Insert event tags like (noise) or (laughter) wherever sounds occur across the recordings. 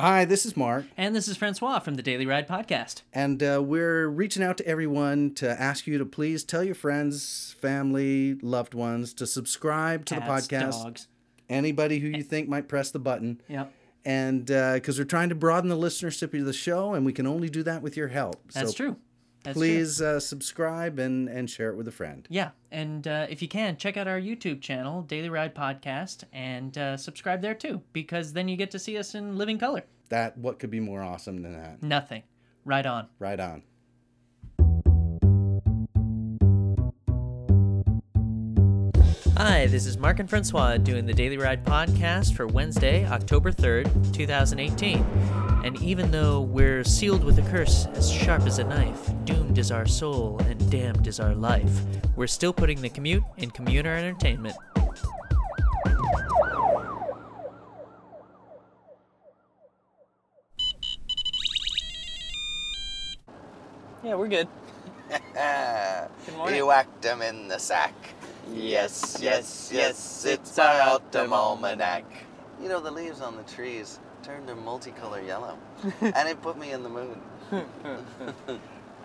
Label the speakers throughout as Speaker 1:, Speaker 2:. Speaker 1: Hi, this is Mark,
Speaker 2: And this is Francois from the Daily Ride Podcast.
Speaker 1: and uh, we're reaching out to everyone to ask you to please tell your friends, family, loved ones to subscribe to
Speaker 2: Cats, Eh.
Speaker 1: the podcast.
Speaker 2: Dogs.
Speaker 1: Anybody who you think might press the button.
Speaker 2: Yep.
Speaker 1: And because we're trying to broaden the listenership of the show, and we can only do that with your help.
Speaker 2: That's
Speaker 1: so
Speaker 2: true. That's true.
Speaker 1: Please uh, subscribe and, and share it with a friend.
Speaker 2: Yeah. And uh, if you can, check out our YouTube channel, Daily Ride Podcast, and uh, subscribe there too, because then you get to see us in living color.
Speaker 1: That what could be more awesome than that?
Speaker 2: Nothing. Right on.
Speaker 1: Right on.
Speaker 2: Hi, this is Mark and Francois doing the Daily Ride podcast for Wednesday, October 3rd, 2018. And even though we're sealed with a curse as sharp as a knife, doomed is our soul and damned is our life, we're still putting the commute in commuter entertainment. Yeah, we're good. (laughs) Good morning.
Speaker 3: You whacked him in the sack. Oh, Yes, yes, yes, it's our autumn almanac. You know, the leaves on the trees turned a multicolor (laughs) yellow, and it put me in the mood.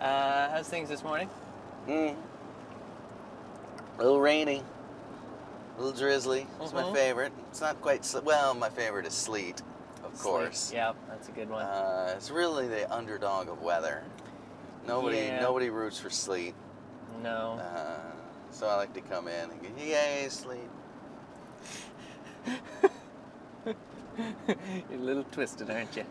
Speaker 2: Uh, how's things this morning?
Speaker 3: Mm. A little rainy, a little drizzly. It's my
Speaker 2: Mhm.
Speaker 3: favorite. It's not quite, sle- well, my favorite is sleet, of course.
Speaker 2: Yeah, that's a good one.
Speaker 3: Uh, it's really the underdog of weather. Nobody,
Speaker 2: Yeah.
Speaker 3: nobody roots for sleet.
Speaker 2: no.
Speaker 3: Uh, so I like to come in and go, yay, sleep.
Speaker 2: (laughs) You're a little twisted, aren't
Speaker 3: (laughs)
Speaker 2: you?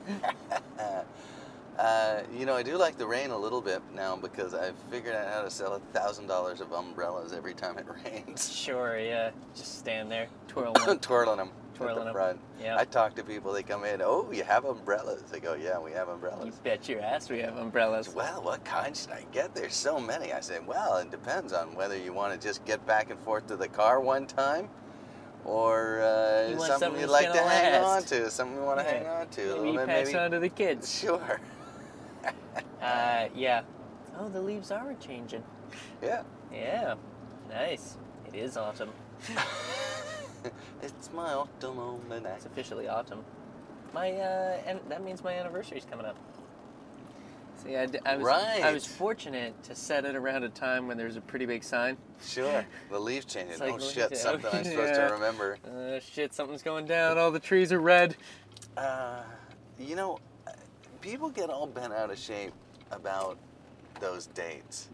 Speaker 3: Uh, uh, you know, I do like the rain a little bit now because I've figured out how to sell a thousand dollars of umbrellas every time it (laughs) rains.
Speaker 2: Sure, yeah. Just stand there, twirl one.
Speaker 3: Twirling them.
Speaker 2: Twirling 'em.
Speaker 3: Front.
Speaker 2: Yeah.
Speaker 3: I talk to people. They come in. Oh, you have umbrellas? They go, Yeah, we have
Speaker 2: You
Speaker 3: umbrellas.
Speaker 2: bet your ass we have umbrellas.
Speaker 3: Well, what kind should I get? There's so many. I say, Well, it depends on whether you want to just get back and forth to the car one time, or uh,
Speaker 2: You want
Speaker 3: something,
Speaker 2: something
Speaker 3: you'd
Speaker 2: that's
Speaker 3: like to
Speaker 2: gonna
Speaker 3: hang on
Speaker 2: last.
Speaker 3: to, something you want to
Speaker 2: Yeah.
Speaker 3: hang on to. (laughs) a
Speaker 2: Maybe
Speaker 3: little
Speaker 2: you
Speaker 3: bit,
Speaker 2: pass
Speaker 3: maybe-
Speaker 2: on to the
Speaker 3: (laughs)
Speaker 2: kids.
Speaker 3: Sure.
Speaker 2: Uh, yeah. Oh, the leaves are changing.
Speaker 3: Yeah.
Speaker 2: Yeah. Nice. It is autumn.
Speaker 3: It's my autumn almanac.
Speaker 2: It's officially autumn. My, uh, and that means my anniversary's coming up. See, I, d- I was, I
Speaker 3: Right.
Speaker 2: was fortunate to set it around a time when there was a pretty big sign.
Speaker 3: Sure. (laughs) The leaf changes.
Speaker 2: It's like
Speaker 3: oh
Speaker 2: the leaf
Speaker 3: shit,
Speaker 2: change.
Speaker 3: something I'm supposed (laughs)
Speaker 2: Yeah.
Speaker 3: to remember.
Speaker 2: Uh, shit, something's going down. All the trees are red.
Speaker 3: Uh, you know, uh, people get all bent out of shape about those dates.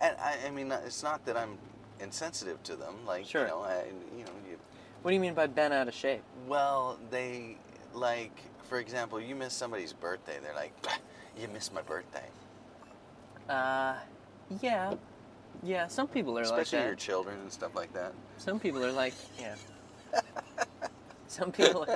Speaker 3: And I, I mean, it's not that I'm insensitive to them. Like,
Speaker 2: Sure.
Speaker 3: you know, I, you know, you,
Speaker 2: What do you mean by bent out of shape?
Speaker 3: well, they, like, for example, you miss somebody's birthday. They're like, "Bah, you missed my birthday.
Speaker 2: Uh, yeah. Yeah, some people are
Speaker 3: Especially
Speaker 2: like that.
Speaker 3: your children and stuff like that.
Speaker 2: Some people are like, yeah. some people,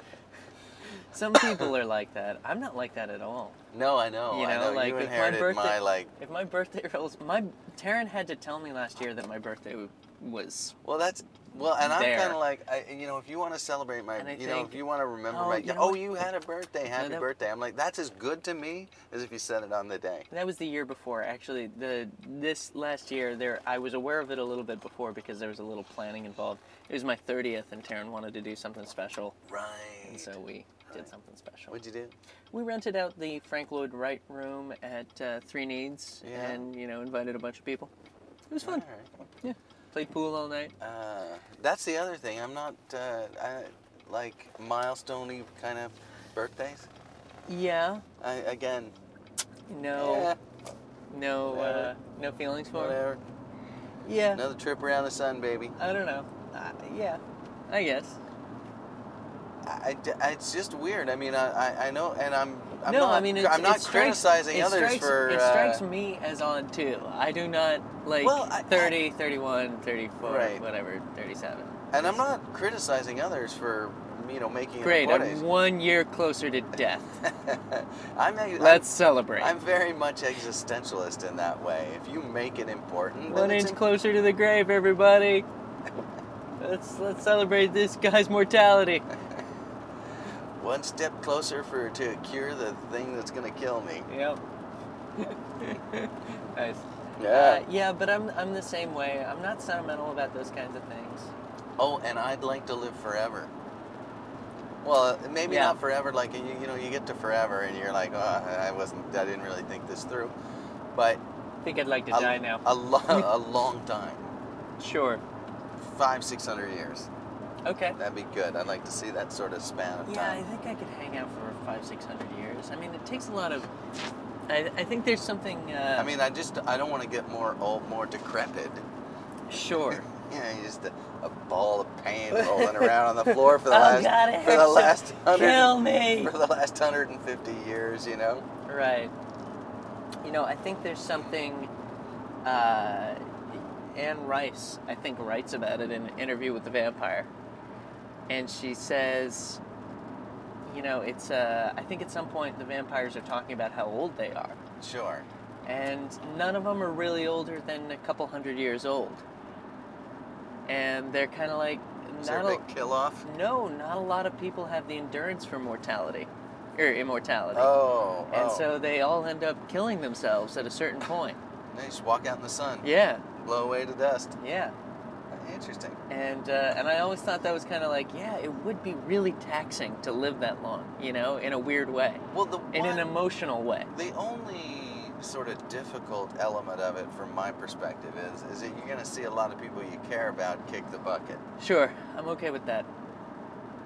Speaker 2: some people are like that. I'm not like that at all.
Speaker 3: No, I know.
Speaker 2: You
Speaker 3: I
Speaker 2: know,
Speaker 3: know.
Speaker 2: like,
Speaker 3: you
Speaker 2: if my
Speaker 3: inherited
Speaker 2: birthday-
Speaker 3: my like
Speaker 2: If my birthday (laughs) rolls, my Taryn had to tell me last year that my birthday w- was.
Speaker 3: Well, that's well, and I'm
Speaker 2: There.
Speaker 3: kind of like, I, you know, if you want to celebrate my,
Speaker 2: And I
Speaker 3: you know,
Speaker 2: think,
Speaker 3: if you want to remember
Speaker 2: oh,
Speaker 3: my,
Speaker 2: you know
Speaker 3: oh,
Speaker 2: what?
Speaker 3: you had a birthday, happy
Speaker 2: that-
Speaker 3: birthday. I'm like, that's as good to me as if you said it on the day.
Speaker 2: That was the year before, actually. The this last year, there I was aware of it a little bit before because there was a little planning involved. It was my 30th, and Taryn wanted to do something special,
Speaker 3: Right.
Speaker 2: and so we did something special.
Speaker 3: What'd you do?
Speaker 2: We rented out the Frank Lloyd Wright room at uh, Three Needs,
Speaker 3: Yeah.
Speaker 2: and you know, invited a bunch of people. It was fun.
Speaker 3: All
Speaker 2: Played pool all night.
Speaker 3: right. Uh, that's the other thing. I'm not uh, I, like milestoney kind of birthdays.
Speaker 2: Yeah.
Speaker 3: I, again,
Speaker 2: No.
Speaker 3: eh,
Speaker 2: No. Uh,
Speaker 3: Whatever.
Speaker 2: no feelings for it.
Speaker 3: whatever.
Speaker 2: Yeah.
Speaker 3: Another trip around the sun, baby.
Speaker 2: I don't know. Uh, yeah. I guess.
Speaker 3: I, I- it's just weird. I mean, I, I, I know, and I'm, I'm
Speaker 2: no,
Speaker 3: not,
Speaker 2: I mean, it's,
Speaker 3: I'm
Speaker 2: it
Speaker 3: not
Speaker 2: strikes-
Speaker 3: criticizing
Speaker 2: it
Speaker 3: others
Speaker 2: strikes,
Speaker 3: for.
Speaker 2: It
Speaker 3: uh,
Speaker 2: strikes me as odd too. I do not like
Speaker 3: Well, I- I-
Speaker 2: 30, 31, 34,
Speaker 3: Right.
Speaker 2: whatever, 37.
Speaker 3: And I'm not criticizing others for, you know, making
Speaker 2: Great. I'm
Speaker 3: birthdays.
Speaker 2: one year closer to death.
Speaker 3: (laughs) I'm, a-
Speaker 2: Let's celebrate.
Speaker 3: I'm very much existentialist in that way. If you make it important, then
Speaker 2: One
Speaker 3: it's
Speaker 2: inch closer to the grave, everybody. Let's let's celebrate this guy's mortality.
Speaker 3: im- one step closer for to cure the thing that's gonna kill me.
Speaker 2: (laughs) Yep. nice. Uh,
Speaker 3: Yeah.
Speaker 2: yeah, but I'm I'm the same way. I'm not sentimental about those kinds of things.
Speaker 3: oh, and I'd like to live forever. Well, maybe
Speaker 2: Yeah.
Speaker 3: not forever. Like you, you know, you get to forever, and you're like, oh, I wasn't, I didn't really think this through. But
Speaker 2: I think I'd like to
Speaker 3: a,
Speaker 2: die now. (laughs)
Speaker 3: a, lo- a long time,
Speaker 2: Sure.
Speaker 3: five, six hundred years.
Speaker 2: Okay. Um,
Speaker 3: That'd be good. I'd like to see that sort of span of
Speaker 2: Yeah, I
Speaker 3: time.
Speaker 2: think I could hang out for five, six hundred years. I mean, it takes a lot of. I, I think there's something. Uh,
Speaker 3: I mean, I just, I don't want to get more old, more decrepit. (laughs)
Speaker 2: sure.
Speaker 3: Yeah, you just a, a ball of pain
Speaker 2: (laughs)
Speaker 3: rolling around on the floor for the
Speaker 2: Oh,
Speaker 3: last,
Speaker 2: God, it
Speaker 3: for the
Speaker 2: hurts so-
Speaker 3: last hundred,
Speaker 2: Kill me.
Speaker 3: (laughs) for the last hundred and fifty years. You know.
Speaker 2: Right. You know, I think there's something. Uh, Anne Rice, I think, writes about it in an interview with the vampire. And she says, you know, it's. Uh, I think at some point the vampires are talking about how old they are.
Speaker 3: Sure.
Speaker 2: And none of them are really older than a couple hundred years old. And they're kind of like.
Speaker 3: Is
Speaker 2: not
Speaker 3: there
Speaker 2: a-
Speaker 3: a big kill off?
Speaker 2: no, not a lot of people have the endurance for mortality or immortality.
Speaker 3: Oh.
Speaker 2: And
Speaker 3: oh.
Speaker 2: so they all end up killing themselves at a certain point.
Speaker 3: They just walk out in the sun,
Speaker 2: Yeah,
Speaker 3: blow away to dust.
Speaker 2: yeah.
Speaker 3: Interesting.
Speaker 2: And uh, and I always thought that was kind of like, yeah, it would be really taxing to live that long, you know, in a weird way,
Speaker 3: Well, the
Speaker 2: in an
Speaker 3: one,
Speaker 2: emotional way.
Speaker 3: the only sort of difficult element of it, from my perspective, is is that you're going to see a lot of people you care about kick the bucket.
Speaker 2: Sure, I'm okay with that.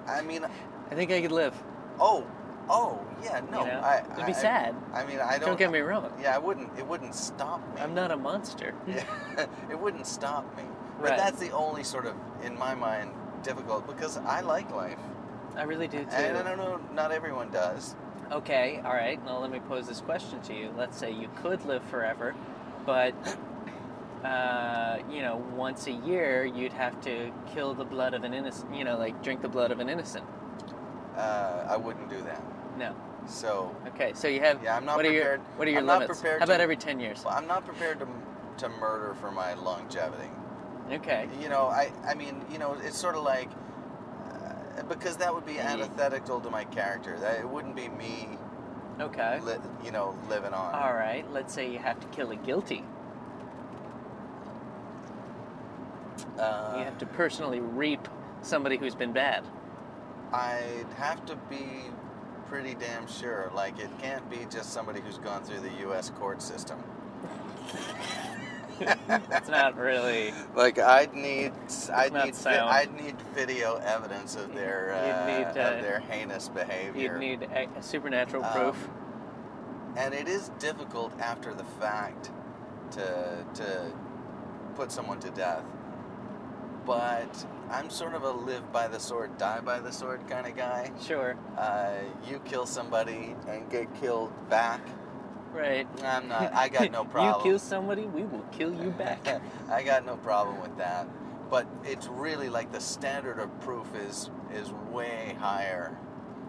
Speaker 3: I mean,
Speaker 2: I think I could live.
Speaker 3: oh, oh, yeah, no,
Speaker 2: you know?
Speaker 3: I,
Speaker 2: it'd be
Speaker 3: I-
Speaker 2: sad.
Speaker 3: I mean, I
Speaker 2: Don't,
Speaker 3: don't.
Speaker 2: get me wrong.
Speaker 3: Yeah, I wouldn't. It wouldn't stop me.
Speaker 2: I'm not a
Speaker 3: (laughs)
Speaker 2: monster.
Speaker 3: Yeah, it wouldn't stop me. But
Speaker 2: Right.
Speaker 3: that's the only sort of, in my mind, difficult because I like life,
Speaker 2: I really do too.
Speaker 3: and I don't know, not everyone does.
Speaker 2: Okay, all right. Now let me pose this question to you. Let's say you could live forever, but uh, you know, once a year you'd have to kill the blood of an innocent. You know, like drink the blood of an innocent.
Speaker 3: Uh, I wouldn't do that.
Speaker 2: No.
Speaker 3: So
Speaker 2: Okay, so you have.
Speaker 3: Yeah, I'm not
Speaker 2: what are
Speaker 3: prepared-
Speaker 2: Your, what are your
Speaker 3: I'm not
Speaker 2: limits?
Speaker 3: prepared
Speaker 2: How about
Speaker 3: to-
Speaker 2: every ten years?
Speaker 3: Well, I'm not prepared to, to murder for my longevity.
Speaker 2: Okay.
Speaker 3: You know, I, I mean, you know, it's sort of like, uh, because that would be
Speaker 2: Yeah.
Speaker 3: antithetical to my character. That it wouldn't be me,
Speaker 2: Okay.
Speaker 3: li- you know, living on.
Speaker 2: All right. Let's say you have to kill a guilty.
Speaker 3: Uh,
Speaker 2: you have to personally reap somebody who's been bad.
Speaker 3: I'd have to be pretty damn sure. Like, it can't be just somebody who's gone through the U.S. court system.
Speaker 2: It's not really.
Speaker 3: Like, I'd need, I'd
Speaker 2: not
Speaker 3: need, vi-
Speaker 2: sound.
Speaker 3: I'd need video evidence of their, uh,
Speaker 2: You'd need, uh,
Speaker 3: of their heinous behavior.
Speaker 2: You'd need a, a supernatural
Speaker 3: Um,
Speaker 2: proof.
Speaker 3: and it is difficult after the fact to to put someone to death. But I'm sort of a live by the sword, die by the sword kind of guy.
Speaker 2: Sure.
Speaker 3: Uh, you kill somebody and get killed back.
Speaker 2: Right.
Speaker 3: I'm not. I got no
Speaker 2: (laughs)
Speaker 3: problem.
Speaker 2: you kill somebody, we will kill
Speaker 3: (laughs)
Speaker 2: you back.
Speaker 3: I got no problem with that. But it's really like the standard of proof is is way higher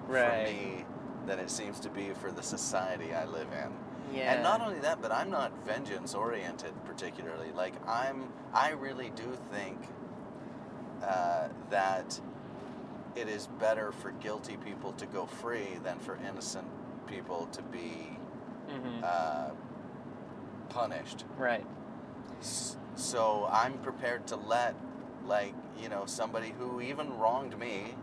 Speaker 3: for
Speaker 2: Right.
Speaker 3: me than it seems to be for the society I live in.
Speaker 2: Yeah.
Speaker 3: And not only that, but I'm not vengeance oriented particularly. Like I'm, I really do think uh, that it is better for guilty people to go free than for innocent people to be
Speaker 2: Mhm.
Speaker 3: uh, punished.
Speaker 2: Right.
Speaker 3: S- So I'm prepared to let, like you know, somebody who even wronged me,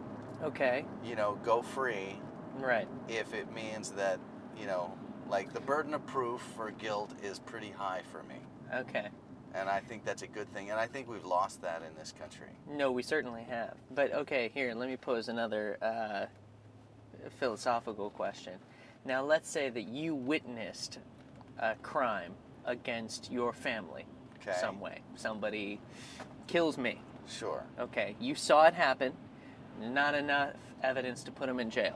Speaker 2: Okay.
Speaker 3: you know, go free
Speaker 2: Right.
Speaker 3: if it means that you know, like the burden of proof for guilt is pretty high for me.
Speaker 2: Okay.
Speaker 3: And I think that's a good thing. And I think we've lost that in this country.
Speaker 2: No, we certainly have. But okay, here, let me pose another uh, philosophical question. Now, let's say that you witnessed a crime against your family
Speaker 3: Okay.
Speaker 2: some way. Somebody kills me.
Speaker 3: Sure.
Speaker 2: Okay, you saw it happen, not enough evidence to put him in jail.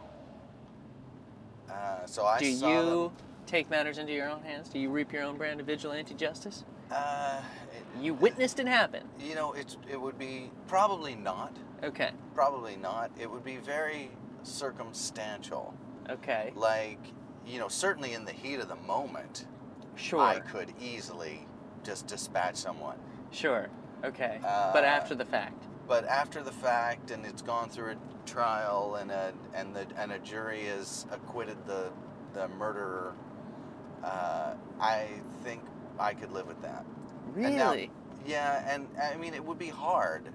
Speaker 3: Uh, so I
Speaker 2: Do
Speaker 3: saw them-
Speaker 2: you take matters into your own hands? Do you reap your own brand of vigilante justice?
Speaker 3: Uh, it-
Speaker 2: You witnessed it happen.
Speaker 3: you know, it's it would be probably not.
Speaker 2: Okay.
Speaker 3: Probably not. It would be very circumstantial.
Speaker 2: Okay.
Speaker 3: Like, you know, certainly in the heat of the moment,
Speaker 2: Sure.
Speaker 3: I could easily just dispatch someone.
Speaker 2: Sure. Okay. but
Speaker 3: Uh,
Speaker 2: after the fact.
Speaker 3: But after the fact, and it's gone through a trial, and a and the and a jury has acquitted the the murderer. Uh, I think I could live with that.
Speaker 2: Really?
Speaker 3: Yeah, and I mean it would be hard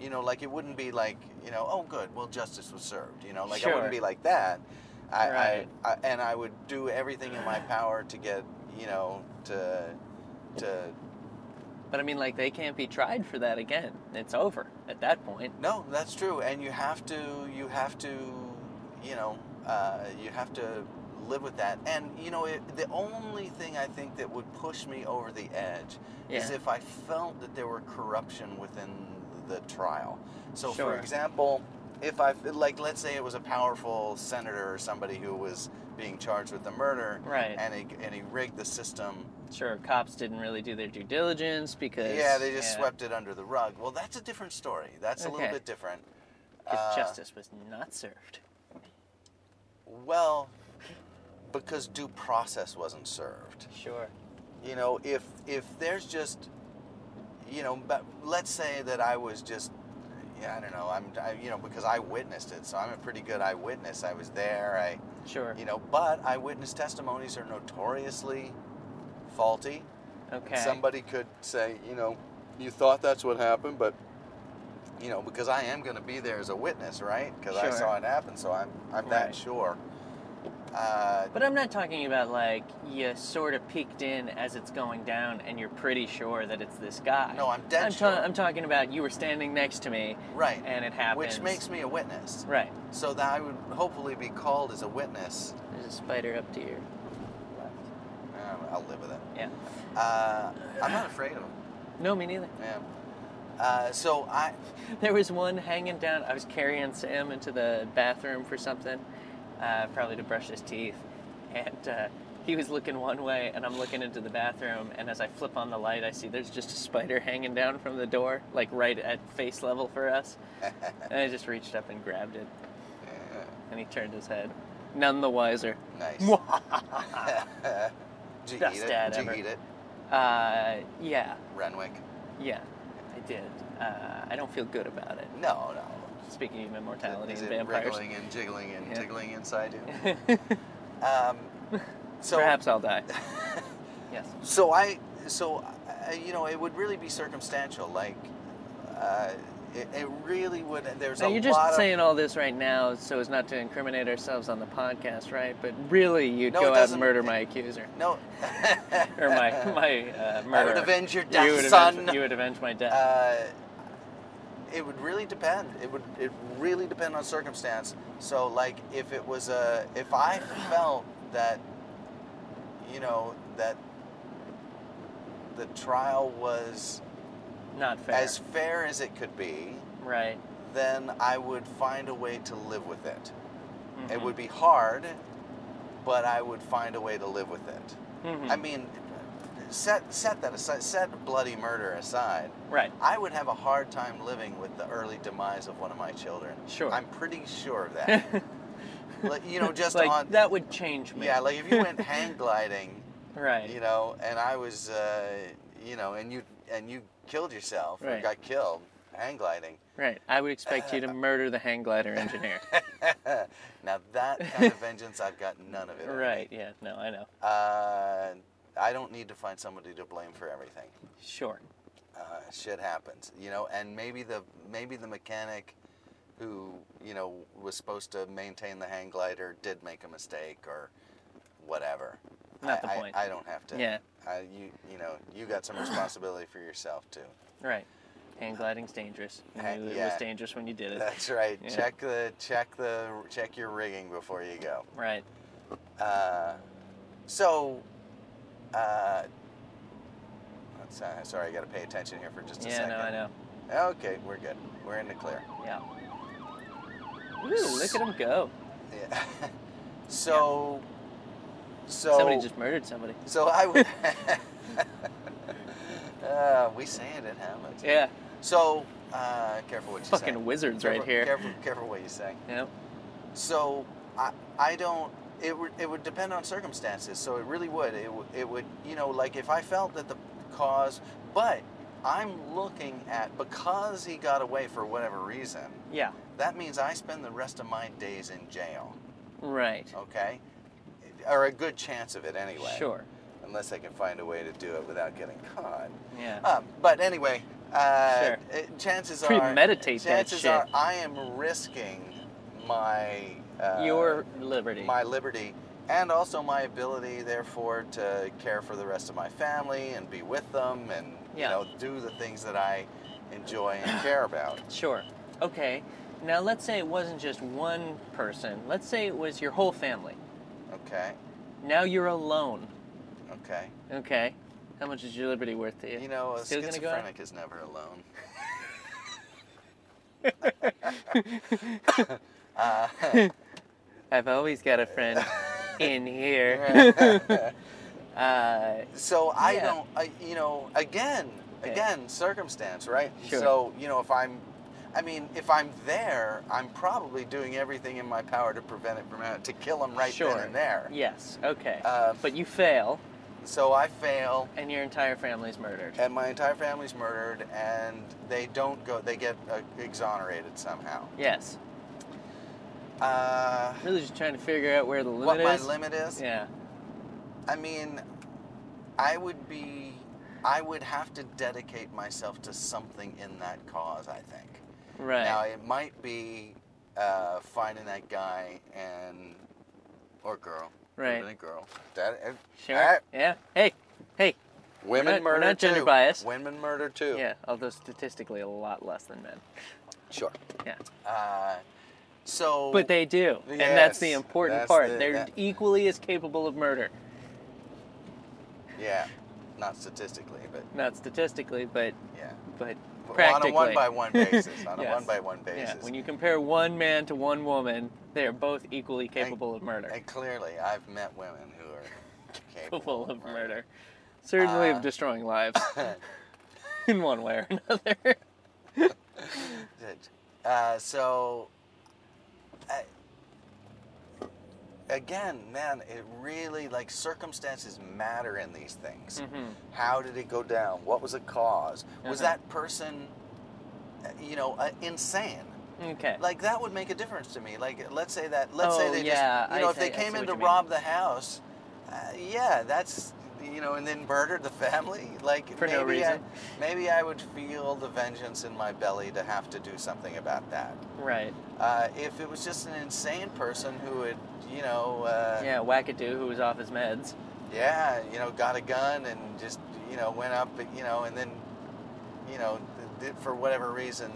Speaker 3: You know, like it wouldn't be like you know, oh good, well justice was served. You know, like I
Speaker 2: Sure.
Speaker 3: wouldn't be like that. I,
Speaker 2: Right.
Speaker 3: I, I and I would do everything in my power to get you know to to
Speaker 2: But I mean, like, they can't be tried for that again. It's over at that point.
Speaker 3: No, that's true, and you have to, you have to, you know, uh, you have to live with that. And you know, it, the only thing I think that would push me over the edge
Speaker 2: Yeah.
Speaker 3: is if I felt that there were corruption within the trial. So,
Speaker 2: Sure.
Speaker 3: for example, if I like, let's say it was a powerful senator or somebody who was being charged with the murder,
Speaker 2: Right.
Speaker 3: and he and he rigged the system.
Speaker 2: Sure, cops didn't really do their due diligence because.
Speaker 3: Yeah, they just swept it under the rug. Well, that's a different story. That's a
Speaker 2: Okay.
Speaker 3: little bit different.
Speaker 2: Because
Speaker 3: Uh,
Speaker 2: justice was not served.
Speaker 3: Well, because due process wasn't served.
Speaker 2: Sure.
Speaker 3: You know, if if there's just, you know, but let's say that I was just, yeah, I don't know, I'm, I, you know, because I witnessed it, so I'm a pretty good eyewitness. I was there, I,
Speaker 2: Sure.
Speaker 3: you know, but eyewitness testimonies are notoriously faulty.
Speaker 2: okay.
Speaker 3: Somebody could say, you know, you thought that's what happened, but. You know, because I am going to be there as a witness, right? Because I
Speaker 2: Sure.
Speaker 3: saw it happen, so I'm I'm
Speaker 2: Right.
Speaker 3: that sure. Uh,
Speaker 2: But I'm not talking about like you sort of peeked in as it's going down and you're pretty sure that it's this guy.
Speaker 3: No, I'm dead
Speaker 2: I'm,
Speaker 3: sure.
Speaker 2: I'm talking about you were standing next to me
Speaker 3: Right.
Speaker 2: and it happens.
Speaker 3: Which makes me a witness.
Speaker 2: Right.
Speaker 3: So that I would hopefully be called as a witness.
Speaker 2: There's a spider up to your left.
Speaker 3: Um, I'll live with it.
Speaker 2: Yeah.
Speaker 3: Uh, I'm not afraid of them.
Speaker 2: No, me neither.
Speaker 3: Yeah. Uh, so I,
Speaker 2: There was one hanging down. I was carrying Sam into the bathroom for something, uh, probably to brush his teeth. And uh, he was looking one way, and I'm looking into the bathroom. And as I flip on the light, I see there's just a spider hanging down from the door, like right at face level for
Speaker 3: (laughs)
Speaker 2: us. and I just reached up and grabbed it,
Speaker 3: yeah,
Speaker 2: and he turned his head. None the wiser.
Speaker 3: nice. (laughs) Did you
Speaker 2: Best
Speaker 3: eat it?
Speaker 2: dad
Speaker 3: Did you
Speaker 2: ever.
Speaker 3: eat it,
Speaker 2: Uh, yeah,
Speaker 3: Renwick?
Speaker 2: yeah, I did. Uh, I don't feel good about it.
Speaker 3: No, no.
Speaker 2: Speaking of immortality
Speaker 3: Is
Speaker 2: and
Speaker 3: it
Speaker 2: vampires.
Speaker 3: wriggling and jiggling and
Speaker 2: Yeah.
Speaker 3: tickling inside you?
Speaker 2: (laughs)
Speaker 3: um, so
Speaker 2: Perhaps I'll
Speaker 3: (laughs)
Speaker 2: die. yes.
Speaker 3: So I, so uh, you know, it would really be circumstantial. Like, uh, it, it really would. There's
Speaker 2: Now,
Speaker 3: a
Speaker 2: you're
Speaker 3: lot
Speaker 2: just
Speaker 3: of
Speaker 2: saying all this right now so as not to incriminate ourselves on the podcast, right? But really, you'd
Speaker 3: No, it
Speaker 2: go out and
Speaker 3: doesn't-
Speaker 2: murder my accuser
Speaker 3: no.
Speaker 2: or
Speaker 3: (laughs)
Speaker 2: my my uh, murderer.
Speaker 3: avenge your
Speaker 2: You
Speaker 3: death,
Speaker 2: would avenge-
Speaker 3: son.
Speaker 2: you would avenge my death.
Speaker 3: uh, it would really depend. It would it really depend on circumstance. So like if it was a if I felt that you know that the trial was
Speaker 2: not fair.
Speaker 3: as fair as it could be,
Speaker 2: right.
Speaker 3: then I would find a way to live with it. It
Speaker 2: Mhm.
Speaker 3: would be hard, but I would find a way to live with it.
Speaker 2: Mhm.
Speaker 3: I mean, set set that aside, set bloody murder aside.
Speaker 2: right.
Speaker 3: I would have a hard time living with the early demise of one of my children.
Speaker 2: Sure. (laughs)
Speaker 3: I'm pretty sure of that. Like, you know, just
Speaker 2: like
Speaker 3: on
Speaker 2: that would change me.
Speaker 3: yeah, like if you
Speaker 2: (laughs)
Speaker 3: went hang gliding,
Speaker 2: right.
Speaker 3: you know, and I was, uh, you know, and you and you killed yourself or
Speaker 2: Right.
Speaker 3: got killed hang gliding. (laughs)
Speaker 2: Right. I would expect you to murder the hang glider engineer.
Speaker 3: now that kind of vengeance, I've got
Speaker 2: (laughs)
Speaker 3: none of it. in me.
Speaker 2: right. Yeah. No, I know.
Speaker 3: Uh, I don't need to find somebody to blame for everything.
Speaker 2: Sure.
Speaker 3: uh, shit happens, you know. And maybe the maybe the mechanic who you know was supposed to maintain the hang glider did make a mistake or whatever.
Speaker 2: Not
Speaker 3: I,
Speaker 2: the
Speaker 3: I-
Speaker 2: point.
Speaker 3: I, don't have to.
Speaker 2: Yeah.
Speaker 3: I, you you know you got some responsibility for yourself
Speaker 2: (laughs)
Speaker 3: too.
Speaker 2: Right. Hang gliding's dangerous. You
Speaker 3: Ha-
Speaker 2: knew it was
Speaker 3: yeah.
Speaker 2: dangerous when you did it.
Speaker 3: That's right.
Speaker 2: Yeah.
Speaker 3: Check the check the check your rigging before you go.
Speaker 2: Right.
Speaker 3: Uh, so. Uh, that's, uh, sorry, I got to pay attention here for just a
Speaker 2: Yeah.
Speaker 3: second.
Speaker 2: No, I know.
Speaker 3: Okay, we're good. We're in the clear.
Speaker 2: Yeah. Ooh, look at him go.
Speaker 3: Yeah. (laughs) So, so
Speaker 2: Somebody just murdered somebody.
Speaker 3: so
Speaker 2: (laughs)
Speaker 3: I would. uh, we say it in Hamlet.
Speaker 2: Yeah.
Speaker 3: So uh, careful what you say.
Speaker 2: Fucking wizards
Speaker 3: Careful-
Speaker 2: right here.
Speaker 3: Careful, careful what you say.
Speaker 2: Yep.
Speaker 3: So I, I don't. It would, it would depend on circumstances. So it really would. It, would- it would, you know, like if I felt that the cause, but I'm looking at because he got away for whatever reason.
Speaker 2: Yeah.
Speaker 3: That means I spend the rest of my days in jail.
Speaker 2: Right.
Speaker 3: okay? Or a good chance of it anyway.
Speaker 2: Sure.
Speaker 3: Unless I can find a way to do it without getting caught.
Speaker 2: Yeah.
Speaker 3: Um, but anyway, Uh,
Speaker 2: Sure.
Speaker 3: it- Chances
Speaker 2: (laughs)
Speaker 3: are,
Speaker 2: Premeditate that
Speaker 3: chances
Speaker 2: shit.
Speaker 3: are, I am risking my uh,
Speaker 2: Your liberty.
Speaker 3: my liberty and also my ability, therefore, to care for the rest of my family and be with them and
Speaker 2: Yeah.
Speaker 3: you know do the things that I enjoy
Speaker 2: (clears throat)
Speaker 3: and care about.
Speaker 2: Sure. Okay. Now let's say it wasn't just one person. Let's say it was your whole family.
Speaker 3: Okay,
Speaker 2: Now you're alone.
Speaker 3: okay.
Speaker 2: Okay. How much is your liberty worth to you?
Speaker 3: You know, a
Speaker 2: Still gonna go out?
Speaker 3: schizophrenic is never alone.
Speaker 2: I've always got a friend
Speaker 3: (laughs)
Speaker 2: in here. (laughs) uh,
Speaker 3: So I
Speaker 2: Yeah.
Speaker 3: don't, I, you know, again,
Speaker 2: Okay.
Speaker 3: again, circumstance, right?
Speaker 2: Sure.
Speaker 3: So you know, if I'm, I mean, if I'm there, I'm probably doing everything in my power to prevent it from hap- to kill him right
Speaker 2: sure.
Speaker 3: then and there.
Speaker 2: Yes. Okay.
Speaker 3: Uh,
Speaker 2: but you fail,
Speaker 3: So I fail,
Speaker 2: and your entire family's murdered.
Speaker 3: and my entire family's murdered, and they don't go. They get uh, exonerated somehow.
Speaker 2: yes.
Speaker 3: Uh,
Speaker 2: Really, just trying to figure out where the limit
Speaker 3: what my
Speaker 2: is.
Speaker 3: limit is?
Speaker 2: Yeah.
Speaker 3: I mean, I would be, I would have to dedicate myself to something in that cause. I think.
Speaker 2: Right.
Speaker 3: Now it might be uh, finding that guy and or girl.
Speaker 2: Right.
Speaker 3: Women and girl. That, uh,
Speaker 2: sure.
Speaker 3: uh,
Speaker 2: yeah. Hey. Hey.
Speaker 3: women
Speaker 2: not- we're
Speaker 3: murder
Speaker 2: not gender
Speaker 3: too.
Speaker 2: biased.
Speaker 3: Women murder too.
Speaker 2: Yeah. Although statistically, a lot less than men.
Speaker 3: Sure.
Speaker 2: Yeah.
Speaker 3: Uh, so.
Speaker 2: But they do, and that's
Speaker 3: Yes,
Speaker 2: the important
Speaker 3: that's
Speaker 2: part.
Speaker 3: the-
Speaker 2: They're
Speaker 3: that-
Speaker 2: equally as capable of murder,
Speaker 3: Yeah. Not statistically, but
Speaker 2: not statistically, but
Speaker 3: yeah.
Speaker 2: but
Speaker 3: But
Speaker 2: practically.
Speaker 3: On a one by one basis.
Speaker 2: (laughs)
Speaker 3: On
Speaker 2: Yes.
Speaker 3: a one by one basis.
Speaker 2: Yeah, when you compare one man to one woman, they are both equally capable of murder.
Speaker 3: and clearly, I've met women who
Speaker 2: (laughs)
Speaker 3: are
Speaker 2: capable
Speaker 3: capable
Speaker 2: of murder. Certainly
Speaker 3: Uh,
Speaker 2: of destroying
Speaker 3: (coughs)
Speaker 2: lives (laughs) in one way or another.
Speaker 3: Good. Uh, so, I, again, man, it really like circumstances matter in these things.
Speaker 2: Mm.
Speaker 3: How did it go down? What was the cause? Was
Speaker 2: Uh-huh.
Speaker 3: that person, uh, you know, uh, insane?
Speaker 2: Okay.
Speaker 3: Like that would make a difference to me. Like let's say that let's
Speaker 2: Oh,
Speaker 3: say they
Speaker 2: yeah,
Speaker 3: just you
Speaker 2: I
Speaker 3: know if they
Speaker 2: think- I
Speaker 3: came
Speaker 2: see
Speaker 3: in
Speaker 2: what
Speaker 3: to
Speaker 2: you mean.
Speaker 3: rob the house, uh, yeah, that's you know and then murdered the family. Like
Speaker 2: For
Speaker 3: maybe
Speaker 2: no
Speaker 3: I,
Speaker 2: reason.
Speaker 3: maybe I would feel the vengeance in my belly to have to do something about that.
Speaker 2: right.
Speaker 3: Uh, if it was just an insane person who had you know uh,
Speaker 2: Yeah, Wackadoo, who was off his meds.
Speaker 3: yeah, you know got a gun and just you know went up you know and then you know did, for whatever reason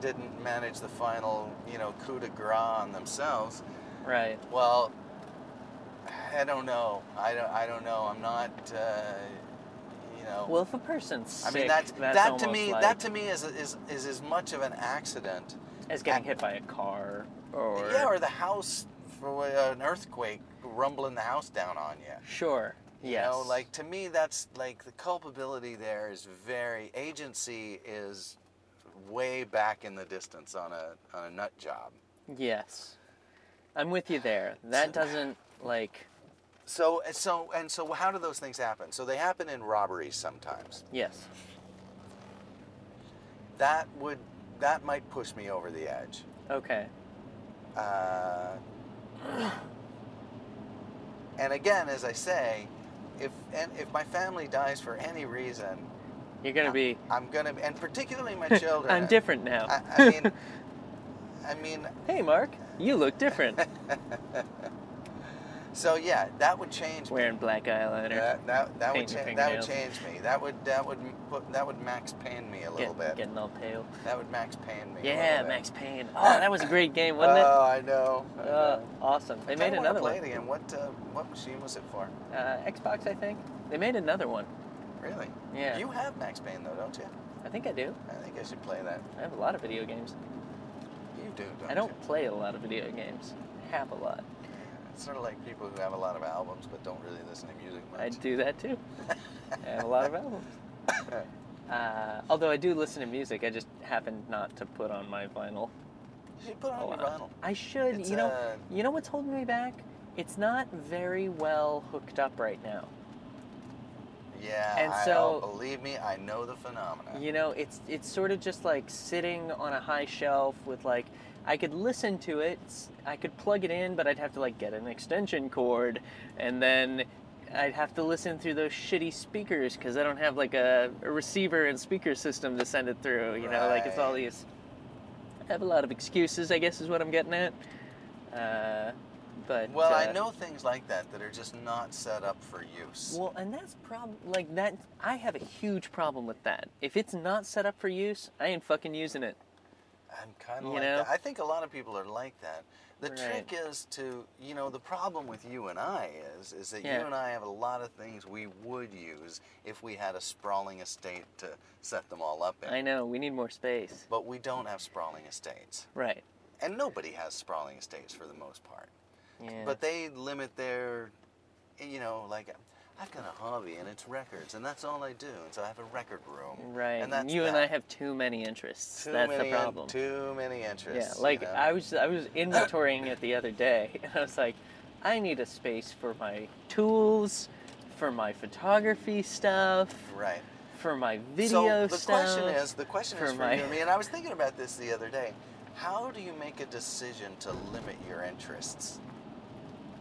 Speaker 3: didn't manage the final you know coup de grace on themselves.
Speaker 2: Right.
Speaker 3: Well, I don't know. I don't. I don't know. I'm not. Uh, you know.
Speaker 2: Well, if a person's
Speaker 3: I
Speaker 2: sick,
Speaker 3: mean that's,
Speaker 2: that's
Speaker 3: that to
Speaker 2: almost
Speaker 3: me
Speaker 2: like
Speaker 3: that to me is, is is as much of an accident.
Speaker 2: as getting hit by a car or
Speaker 3: yeah, or the house for uh, an earthquake rumbling the house down on you.
Speaker 2: sure.
Speaker 3: You
Speaker 2: Yes.
Speaker 3: know, like to me, that's like the culpability there is very agency is way back in the distance on a on a nut job.
Speaker 2: yes. I'm with you there.
Speaker 3: (laughs)
Speaker 2: That doesn't like
Speaker 3: So so and so, how do those things happen? So they happen in robberies sometimes.
Speaker 2: yes.
Speaker 3: that would that might push me over the edge.
Speaker 2: Okay.
Speaker 3: Uh, and again, as I say, if and if my family dies for any reason,
Speaker 2: You're gonna be
Speaker 3: I'm gonna and particularly my
Speaker 2: (laughs)
Speaker 3: children.
Speaker 2: I'm different now.
Speaker 3: I, I mean, I mean,
Speaker 2: hey Mark, you
Speaker 3: (laughs)
Speaker 2: look different.
Speaker 3: so yeah, that would change me.
Speaker 2: Wearing black eyeliner.
Speaker 3: That, that, that would
Speaker 2: Paint your
Speaker 3: change. That would
Speaker 2: fingernails.
Speaker 3: change me. That would that would m- put that would Max Payne me a little
Speaker 2: Get-
Speaker 3: bit.
Speaker 2: Getting all pale.
Speaker 3: That would Max Payne me. a
Speaker 2: Yeah,
Speaker 3: little bit.
Speaker 2: Max Payne. Oh, that was a great game, wasn't it?
Speaker 3: Oh, I know. I
Speaker 2: Uh,
Speaker 3: know.
Speaker 2: awesome. They
Speaker 3: Kinda
Speaker 2: made
Speaker 3: wanna
Speaker 2: another
Speaker 3: play
Speaker 2: one.
Speaker 3: it again. What uh, what machine was it for?
Speaker 2: Uh, Xbox, I think. They made another one.
Speaker 3: Really?
Speaker 2: Yeah.
Speaker 3: You have Max Payne though, don't you?
Speaker 2: I think I do.
Speaker 3: I think I should play that.
Speaker 2: I have a lot of video games.
Speaker 3: You do, don't
Speaker 2: I don't
Speaker 3: you?
Speaker 2: play a lot of video games. Have a lot.
Speaker 3: It's sort of like people who have a lot of albums but don't really listen to music much.
Speaker 2: I do that too. I have a lot of albums.
Speaker 3: (laughs)
Speaker 2: Uh, although I do listen to music, I just happen not to put on my vinyl.
Speaker 3: You should put
Speaker 2: a
Speaker 3: on your
Speaker 2: lot.
Speaker 3: vinyl.
Speaker 2: I should.
Speaker 3: It's,
Speaker 2: you know.
Speaker 3: uh,
Speaker 2: You know what's holding me back? It's not very well hooked up right now.
Speaker 3: Yeah.
Speaker 2: And
Speaker 3: I-
Speaker 2: so-
Speaker 3: oh, believe me, I know the phenomena.
Speaker 2: You know, it's it's sort of just like sitting on a high shelf with like I could listen to it, s- I could plug it in, but I'd have to like get an extension cord, and then I'd have to listen through those shitty speakers because I don't have like a, a receiver and speaker system to send it through. You know, like it's all
Speaker 3: Right.
Speaker 2: these. I have a lot of excuses, I guess, is what I'm getting at. Uh, but
Speaker 3: Well, I
Speaker 2: uh,
Speaker 3: know things like that that are just not set up for use.
Speaker 2: Well, and that's problem like that. I have a huge problem with that. If it's not set up for use, I ain't fucking using it.
Speaker 3: I'm kind
Speaker 2: you
Speaker 3: of like
Speaker 2: know?
Speaker 3: that. I think a lot of people are like that. The
Speaker 2: Right.
Speaker 3: trick is to, you know, the problem with you and I is, is that
Speaker 2: Yeah.
Speaker 3: you and I have a lot of things we would use if we had a sprawling estate to set them all up in.
Speaker 2: I know we need more space.
Speaker 3: But we don't have sprawling estates,
Speaker 2: Right.
Speaker 3: and nobody has sprawling estates for the most part.
Speaker 2: Yeah.
Speaker 3: But they limit their, you know, like I've got a hobby and it's records, and that's all I do, and so I have a record room.
Speaker 2: right.
Speaker 3: And that's
Speaker 2: you and I
Speaker 3: that.
Speaker 2: have too many interests.
Speaker 3: too
Speaker 2: that's
Speaker 3: many
Speaker 2: the
Speaker 3: in-
Speaker 2: problem.
Speaker 3: too many interests.
Speaker 2: Yeah, like
Speaker 3: you know?
Speaker 2: I was I was inventorying it the other day, (laughs) and I was like, I need a space for my tools, for my photography stuff,
Speaker 3: right.
Speaker 2: for my video
Speaker 3: so the
Speaker 2: stuff.
Speaker 3: question is the question is
Speaker 2: for
Speaker 3: for
Speaker 2: my-
Speaker 3: you and me and i was thinking about this the other day how do you make a decision to limit your interests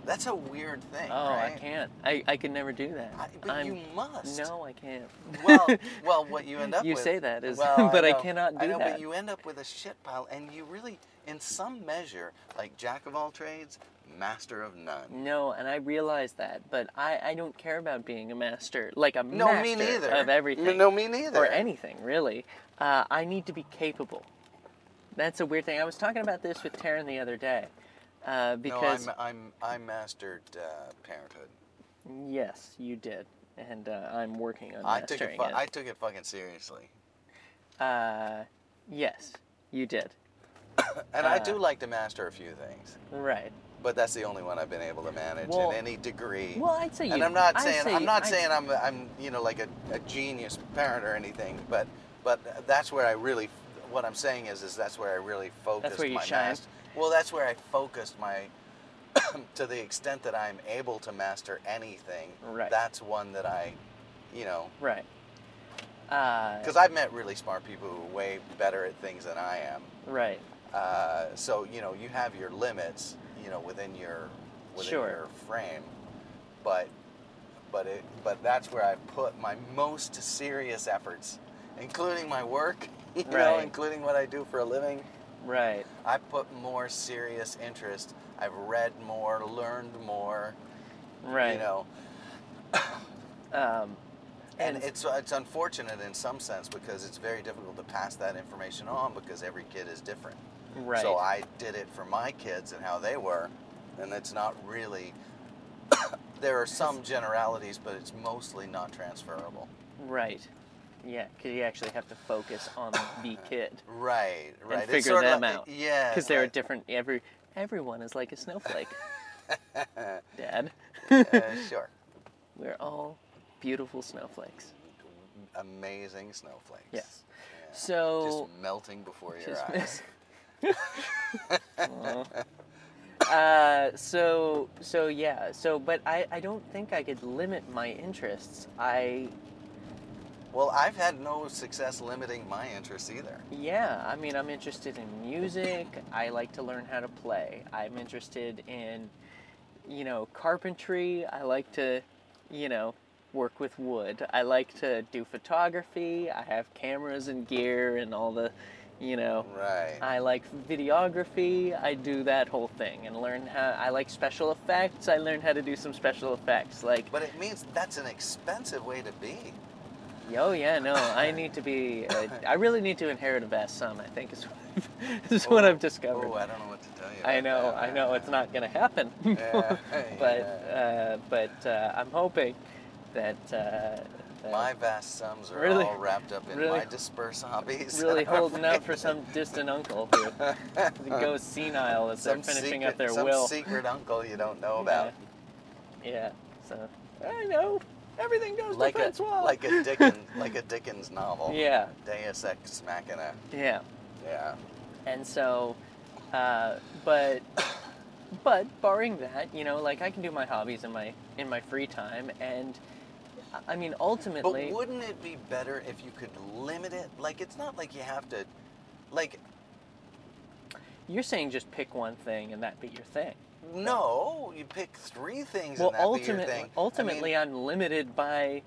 Speaker 3: that's a weird thing
Speaker 2: oh,
Speaker 3: right
Speaker 2: I can't. I, I could never do that.
Speaker 3: I- but
Speaker 2: I'm-
Speaker 3: you must
Speaker 2: No, I can't.
Speaker 3: well well what you end up
Speaker 2: You
Speaker 3: with
Speaker 2: say that is- (laughs)
Speaker 3: well,
Speaker 2: but I
Speaker 3: know,
Speaker 2: cannot
Speaker 3: I
Speaker 2: do
Speaker 3: know,
Speaker 2: that.
Speaker 3: but you end up with a shit pile and you really in some measure like jack of all trades master of none
Speaker 2: (laughs) No, and I realize that, but I, I don't care about being a master, like a
Speaker 3: no
Speaker 2: master
Speaker 3: me neither
Speaker 2: of everything.
Speaker 3: no me neither
Speaker 2: or anything really. Uh, I need to be capable. That's a weird thing. I was talking about this with Taryn the other day, uh, because
Speaker 3: no i'm i'm i mastered uh, parenthood
Speaker 2: yes, you did, and uh, I'm working on
Speaker 3: i took
Speaker 2: mastering
Speaker 3: it, fu- i took it fucking seriously
Speaker 2: Uh, yes, you did.
Speaker 3: and i
Speaker 2: Ah.
Speaker 3: do like to master a few things
Speaker 2: Right.
Speaker 3: but that's the only one I've been able to manage
Speaker 2: Well-
Speaker 3: in any degree.
Speaker 2: Well, I'd say you.
Speaker 3: and I'm not
Speaker 2: I'd
Speaker 3: saying
Speaker 2: say
Speaker 3: I'm not
Speaker 2: I'd-
Speaker 3: saying I'm I'm you know like a, a genius parent or anything, but but that's where I really what I'm saying is is that's where I really focused
Speaker 2: where you
Speaker 3: my
Speaker 2: shine.
Speaker 3: mas- Well, that's where I focused my (clears throat) to the extent that I'm able to master anything.
Speaker 2: Right.
Speaker 3: That's one that I, you know,
Speaker 2: Right. Uh,
Speaker 3: because I've met really smart people who are way better at things than I am.
Speaker 2: right.
Speaker 3: Uh, so you know you have your limits you know within your within
Speaker 2: Sure.
Speaker 3: your frame but but it but that's where i put my most serious efforts including my work (laughs) you know
Speaker 2: Right.
Speaker 3: including what i do for a living
Speaker 2: Right.
Speaker 3: i put more serious interest i've read more learned more
Speaker 2: Right.
Speaker 3: you know
Speaker 2: um,
Speaker 3: and
Speaker 2: And-
Speaker 3: it's it's unfortunate in some sense because it's very difficult to pass that information on because every kid is different
Speaker 2: right.
Speaker 3: So I did it for my kids and how they were, and it's not really. (coughs) there are some generalities, but it's mostly not transferable.
Speaker 2: right. Yeah, because you actually have to focus on
Speaker 3: (laughs)
Speaker 2: the kid.
Speaker 3: Right, right. It's
Speaker 2: figure
Speaker 3: sorta
Speaker 2: them
Speaker 3: like-
Speaker 2: out.
Speaker 3: Yeah,
Speaker 2: because they're
Speaker 3: right.
Speaker 2: different. Every everyone is like a
Speaker 3: (laughs)
Speaker 2: snowflake. Dad, (laughs)
Speaker 3: Uh, sure,
Speaker 2: we're all beautiful snowflakes.
Speaker 3: amazing snowflakes.
Speaker 2: Yes.
Speaker 3: Yeah.
Speaker 2: So,
Speaker 3: just melting before your
Speaker 2: Just- (laughs)
Speaker 3: eyes.
Speaker 2: uh, so, so yeah. So, but I, I don't think I could limit my interests. I,
Speaker 3: well, I've had no success limiting my interests either.
Speaker 2: yeah. I mean, I'm interested in music. I like to learn how to play. I'm interested in, you know, carpentry. I like to, you know, work with wood. I like to do photography. I have cameras and gear and all the, you know,
Speaker 3: Right.
Speaker 2: I like videography. I do that whole thing and learn how. I like special effects. I learned how to do some special effects. Like,
Speaker 3: but it means that's an expensive way to be.
Speaker 2: oh yeah, no, I need to be. Uh, I really need to inherit a vast sum. I think is (laughs) what I've, is what
Speaker 3: Oh,
Speaker 2: I've discovered.
Speaker 3: Oh, I don't know what to tell you.
Speaker 2: I
Speaker 3: about
Speaker 2: know,
Speaker 3: that.
Speaker 2: I know, it's not gonna happen.
Speaker 3: (laughs) Yeah,
Speaker 2: (laughs) but
Speaker 3: yeah.
Speaker 2: uh, but uh, I'm hoping that.
Speaker 3: (laughs)
Speaker 2: Uh, that
Speaker 3: My vast sums are
Speaker 2: Really-
Speaker 3: all wrapped up in
Speaker 2: really-
Speaker 3: my disperse hobbies. (laughs)
Speaker 2: Really holding out for some distant uncle who goes senile as
Speaker 3: some
Speaker 2: they're finishing
Speaker 3: secret,
Speaker 2: up their
Speaker 3: some
Speaker 2: will.
Speaker 3: secret uncle you don't know about.
Speaker 2: Yeah. So I know everything goes
Speaker 3: Like
Speaker 2: to
Speaker 3: a
Speaker 2: Francois.
Speaker 3: like a Dickens like a Dickens novel.
Speaker 2: Yeah.
Speaker 3: Deus ex machina.
Speaker 2: yeah.
Speaker 3: Yeah.
Speaker 2: And so, uh, but but barring that, you know, like I can do my hobbies in my in my free time, and I- I mean
Speaker 3: But
Speaker 2: ultimately,
Speaker 3: wouldn't it be better if you could limit it? Like it's not like you have to like
Speaker 2: you're saying just pick one thing and that be your thing.
Speaker 3: No, you pick three things.
Speaker 2: well,
Speaker 3: in that that you're
Speaker 2: ultimately,
Speaker 3: think-
Speaker 2: ultimately,
Speaker 3: I
Speaker 2: I am limited
Speaker 3: (coughs)
Speaker 2: by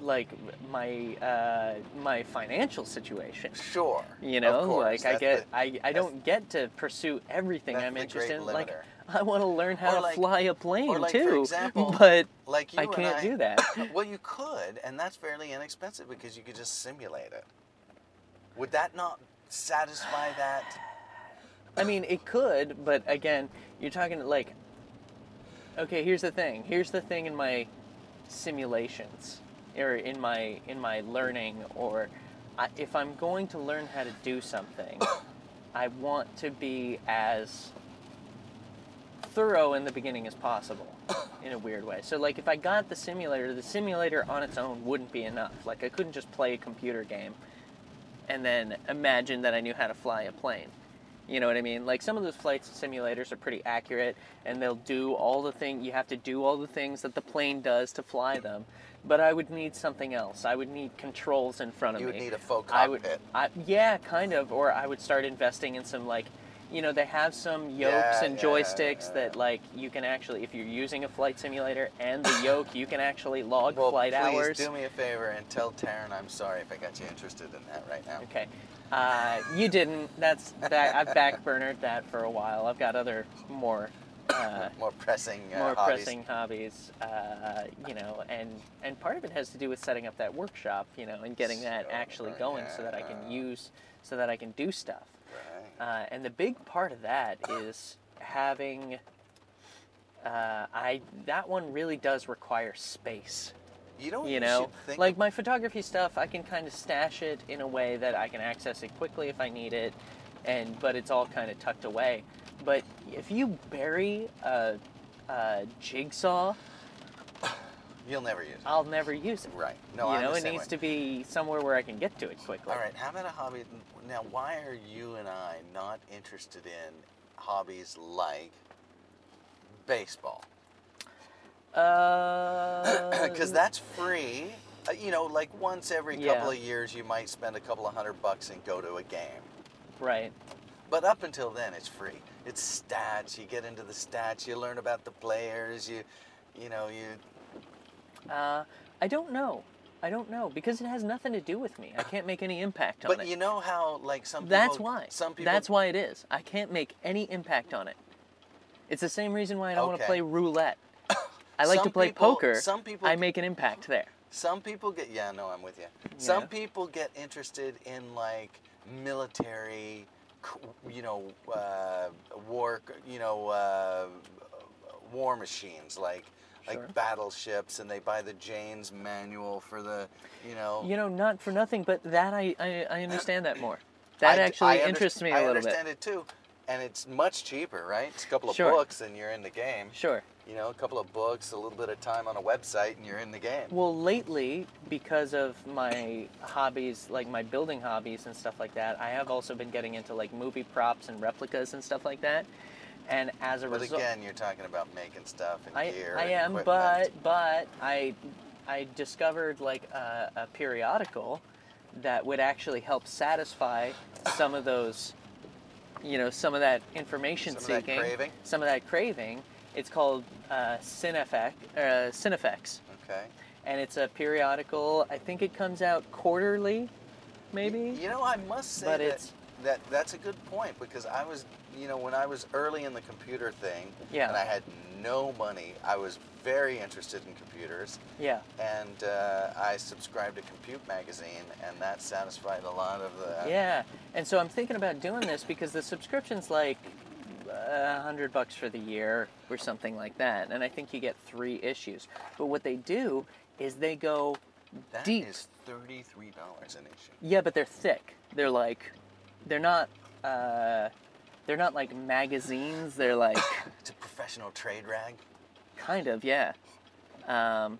Speaker 2: like my uh, my financial situation.
Speaker 3: mean, sure.
Speaker 2: You know,
Speaker 3: of course,
Speaker 2: like I
Speaker 3: that's
Speaker 2: get,
Speaker 3: the-
Speaker 2: I, I
Speaker 3: that's-
Speaker 2: don't get to pursue everything
Speaker 3: that's
Speaker 2: I'm
Speaker 3: the great
Speaker 2: interested in. Like,
Speaker 3: limiter.
Speaker 2: I want to learn how
Speaker 3: Or
Speaker 2: to
Speaker 3: like-
Speaker 2: fly a plane
Speaker 3: or like, for
Speaker 2: too,
Speaker 3: example,
Speaker 2: but
Speaker 3: like you
Speaker 2: I
Speaker 3: and
Speaker 2: can't do
Speaker 3: (coughs)
Speaker 2: that.
Speaker 3: well, you could, and that's fairly inexpensive because you could just simulate it. Would that not satisfy
Speaker 2: (sighs)
Speaker 3: that?
Speaker 2: I mean, it could, but again, you're talking like, okay, here's the thing. Here's the thing in my simulations, or in my in my learning, or I, if I'm going to learn how to do something, I want to be as thorough in the beginning as
Speaker 3: (laughs)
Speaker 2: possible, in a weird way. So, like, if I got the simulator, the simulator on its own wouldn't be enough. Like, I couldn't just play a computer game and then imagine that I knew how to fly a plane. You know what I mean? Like some of those flight simulators are pretty accurate, and they'll do all the thing you have to do all the things that the plane does to fly them. But I would need something else. I would need controls in front of
Speaker 3: You
Speaker 2: me.
Speaker 3: would need a faux
Speaker 2: I would,
Speaker 3: cockpit.
Speaker 2: I, yeah, kind of. Or I would start investing in some like, you know, they have some yokes
Speaker 3: Yeah,
Speaker 2: and
Speaker 3: yeah,
Speaker 2: joysticks
Speaker 3: yeah,
Speaker 2: that like you can actually, if you're using a flight simulator and
Speaker 3: (laughs)
Speaker 2: the yoke, you can actually log
Speaker 3: Well,
Speaker 2: flight
Speaker 3: please
Speaker 2: hours.
Speaker 3: do me a favor and tell Taryn I'm sorry if I got you interested in that right now.
Speaker 2: Okay. Uh, you didn't. That's that. I've backburnered that for a while. I've got other more, uh,
Speaker 3: More pressing. Uh,
Speaker 2: more
Speaker 3: hobbies.
Speaker 2: pressing hobbies. Uh, you know, and and part of it has to do with setting up that workshop. You know, and getting that
Speaker 3: Sure,
Speaker 2: actually going so that I can
Speaker 3: yeah.
Speaker 2: use, so that I can do stuff.
Speaker 3: Right.
Speaker 2: Uh, and the big part of that is having. Uh, I that one really does require space
Speaker 3: Oh, You know. What
Speaker 2: you know
Speaker 3: should think
Speaker 2: like my photography stuff i can kind of stash it in a way that i can access it quickly if i need it and but it's all kind of tucked away but if you bury a, a jigsaw
Speaker 3: You'll never use it.
Speaker 2: i'll never use it
Speaker 3: Right. No,
Speaker 2: you
Speaker 3: I'm
Speaker 2: know
Speaker 3: the
Speaker 2: it
Speaker 3: same
Speaker 2: needs
Speaker 3: way.
Speaker 2: to be somewhere where i can get to it quickly
Speaker 3: All right. How about a hobby? Now, why are you and I not interested in hobbies like baseball? (coughs)
Speaker 2: uh
Speaker 3: Because that's free. Uh, you know, like once every
Speaker 2: Yeah.
Speaker 3: couple of years, you might spend a couple of hundred bucks and go to a game.
Speaker 2: right
Speaker 3: But up until then, it's free. It's stats. You get into the stats. You learn about the players. You, you know, you.
Speaker 2: uh i don't know i don't know because it has nothing to do with me i can't make any impact on
Speaker 3: But
Speaker 2: it
Speaker 3: you know how like some.
Speaker 2: That's
Speaker 3: people,
Speaker 2: why.
Speaker 3: Some people.
Speaker 2: That's why it is. I can't make any impact on it. It's the same reason why I don't want
Speaker 3: Okay.
Speaker 2: to play
Speaker 3: (coughs)
Speaker 2: roulette. I like to
Speaker 3: Some
Speaker 2: play
Speaker 3: people-
Speaker 2: poker.
Speaker 3: some people
Speaker 2: I
Speaker 3: c-
Speaker 2: make an impact there.
Speaker 3: Some people get yeah, no, I'm with you. Some
Speaker 2: Yeah.
Speaker 3: people get interested in like military, c- you know, uh, war, c- you know, uh, war machines like
Speaker 2: Sure.
Speaker 3: like battleships, and they buy the Jane's manual for the, you know.
Speaker 2: You know, not for nothing, but that I I, I understand that more. That
Speaker 3: (coughs) I d- I
Speaker 2: actually
Speaker 3: underst-
Speaker 2: interests me a
Speaker 3: I
Speaker 2: little
Speaker 3: understand
Speaker 2: bit.
Speaker 3: it too, and it's much cheaper, right? It's a couple of
Speaker 2: Sure.
Speaker 3: books, and you're in the game.
Speaker 2: Sure.
Speaker 3: You know, a couple of books, a little bit of time on a website, and you're in the game.
Speaker 2: Well, lately, because of my hobbies, like my building hobbies and stuff like that, I have also been getting into like movie props and replicas and stuff like that. And as a
Speaker 3: but
Speaker 2: result,
Speaker 3: again, you're talking about making stuff and
Speaker 2: I,
Speaker 3: gear.
Speaker 2: I
Speaker 3: and
Speaker 2: am,
Speaker 3: equipment.
Speaker 2: but but I I discovered like a, a periodical that would actually help satisfy some of those, you know, some of that information
Speaker 3: Some of that
Speaker 2: seeking,
Speaker 3: craving?
Speaker 2: some of that craving. It's called uh, Cinefex, uh, Cinefex,
Speaker 3: okay.
Speaker 2: and it's a periodical. I think it comes out quarterly, maybe.
Speaker 3: You know, I must say
Speaker 2: But
Speaker 3: that,
Speaker 2: it's-
Speaker 3: that that's a good point because I was, you know, when I was early in the computer thing,
Speaker 2: Yeah.
Speaker 3: and I had no money, I was very interested in computers,
Speaker 2: Yeah.
Speaker 3: and uh, I subscribed to Compute Magazine, and that satisfied a lot of the.
Speaker 2: Yeah, and so I'm thinking about doing this because the subscription's like uh, a hundred bucks for the year or something like that, and I think you get three issues. But what they do is they go
Speaker 3: That
Speaker 2: deep.
Speaker 3: is thirty-three dollars an issue.
Speaker 2: Yeah, but they're thick. They're like, they're not, uh, they're not like magazines. They're like
Speaker 3: It's a professional trade rag.
Speaker 2: kind of yeah, um,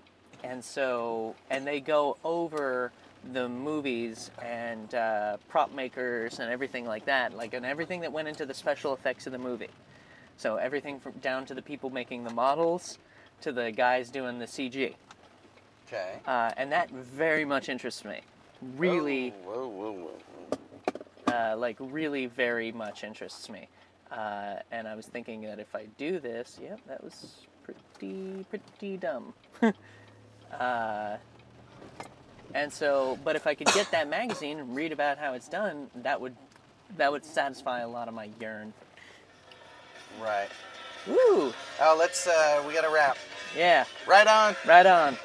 Speaker 2: and so and they go over the movies and uh, prop makers and everything like that, like and everything that went into the special effects of the movie. So everything from down to the people making the models, to the guys doing the CG,
Speaker 3: Okay.
Speaker 2: uh, and that very much interests me. Really,
Speaker 3: Oh. Whoa, whoa, whoa, whoa.
Speaker 2: uh, like really very much interests me. Uh, and I was thinking that if I do this, yep, that was pretty, pretty dumb. (laughs) uh, and so, but if I could get that magazine and read about how it's done, that would that would satisfy a lot of my yearn.
Speaker 3: Right.
Speaker 2: Woo!
Speaker 3: Oh, let's. Uh, we got to wrap.
Speaker 2: Yeah,
Speaker 3: Right on.
Speaker 2: right on.